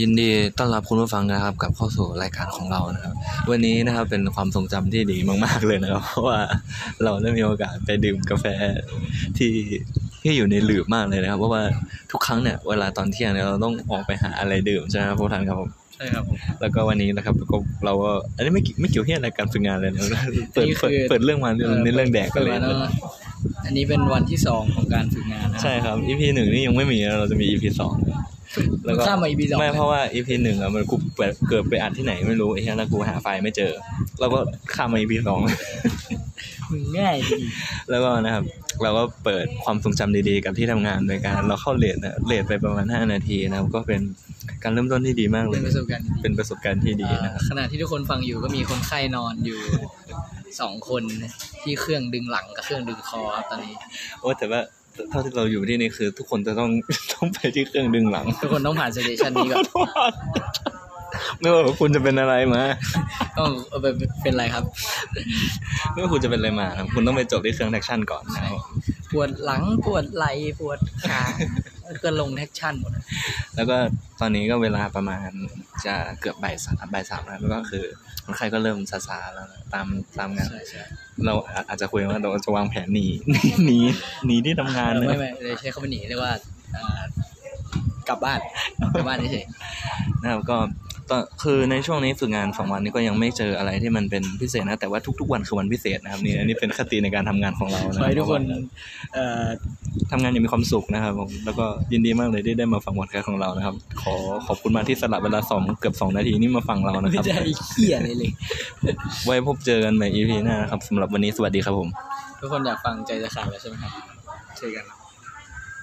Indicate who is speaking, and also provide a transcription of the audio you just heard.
Speaker 1: ยินดีต้อนรับคุณผู้ฟังนะครับกลับเข้าสู่รายการของเรานะครับ วันนี้นะครับเป็นความทรงจำที่ดีมาก ๆ เลยนะครับ เพราะว่าเราได้มีโอกาสไปดื่มกาแฟที่ที่อยู่ในหลืบมากเลยนะครับ เพราะว่าทุกครั้งเนี่ยเวลาตอนเที่ยงเนี่ยเราต้องออกไปหาอะไรดื่มใช่ไหมครับผู้ทันครับผม
Speaker 2: ใช่ครับผม
Speaker 1: แล้วก็วันนี้นะครับก็เราก็อันนี้ไม่เกี่ยวไม่เกี่ยวเหี่ยอะไรการฝึกงานเลยนะครับเปิด
Speaker 2: นี่คือ
Speaker 1: เปิดเปิดเรื่องมาเรื่องในเรื่องแดกกันเลย
Speaker 2: ปิดมาแวอันนี้เป็นวันที่สองของการฝึกงานนะ
Speaker 1: ใช่ครับ EP หนึ่งนี่ยังไม่มีนะเราจะมี EP สองแล้วก็
Speaker 2: ข้ามมาอีพีสอง
Speaker 1: ไม่เพราะว่า EP หนึ่งอะมันกูเปิดเกิดไปอัดที่ไหนไม่รู้ไอ้เหี้ยแล้วกูหาไฟล์ไม่เจอ แล้วก็ข้ามมา EP สอง
Speaker 2: มึงง่ายดี
Speaker 1: แล้วก็นะครับ เราก็เปิดความทรงจำดีๆกับที่ทำงานโดยการเราเข้าเลทนะเลทไปประมาณ 5 นาทีนะครับก็เป็นการเริ่มต้นที่ดีมากเล
Speaker 2: เป็
Speaker 1: ย
Speaker 2: นประสบการณ์ดี
Speaker 1: เป็นประสบการณ์ที่ดีนะครับ
Speaker 2: ขณะที่ทุกคนฟังอยู่ก็มีคนไข้นอนอยู่สองคนที่เครื่องดึงหลังกับเครื่องดึงคอครับตอนนี้
Speaker 1: โอ้แต่ว่าเท่าที่เราอยู่ที่นี่คือ ทุกคนจะต้อง ต้องไปที่เครื่องดึงหลัง
Speaker 2: ทุกคนต้องผ่านสเตชันนี้ก่อน
Speaker 1: ไม่ว่าคุณจะเป็นอะไรมา
Speaker 2: ต้องเอาไปเป็นไรครับ
Speaker 1: ไม่ว่าคุณจะเป็นอะไรมานะครับคุณต้องไปจบที่เครื่องแท็กชั่นก่อนนะครับ
Speaker 2: ปวดหลังปวดไหล่ปวดขาก็ลงแท็กชั่นหมดอะ
Speaker 1: แล้วก็ตอนนี้ก็เวลาประมาณจะเกือบบ่ายสามบ่ายสามแล้วแล้วก็คือคนไข้ก็เริ่มซาซาๆแล้วนะตามตามงาน
Speaker 2: ใช่ใช่
Speaker 1: เราอาอาจจะคุยกันว่าเราจะวางแผนหนี หนีหนีที่ทำงานเล
Speaker 2: ไม่
Speaker 1: ย
Speaker 2: ไม่เลยใช้คำว่าหนีเรียกว่าอ่ากลับบ้านกลับบ้านเฉย
Speaker 1: นะครับก็ตอนคือในช่วงนี้ฝึกงานสองวันนี้ก็ยังไม่เจออะไรที่มันเป็นพิเศษนะแต่ว่าทุก ๆ วันคือวันพิเศษนะครับนี่อันนี้เป็นคติในการทำงานของเรานะ
Speaker 2: ขอให้ทุกคนเอ่อ
Speaker 1: ทำงานอย่างมีความสุขนะครับผมแล้วก็ยินดีมากเลยที่ได้มาฟังวอดแคสต์ของเรานะครับ ขอขอบคุณมากที่สลับเวลาสองเกือบสองนาทีนี่มาฟังเรานะค
Speaker 2: ไม่
Speaker 1: รับ
Speaker 2: ได้เขี้ยอะไร เลย
Speaker 1: ไว้พบเจอกันใหม่ EP หน้านะครับสำหรับวันนี้สวัสดีครับผม
Speaker 2: ทุกคนอยากฟังใจจะขาดแล้วใช่ไหมครับเจอกันครับ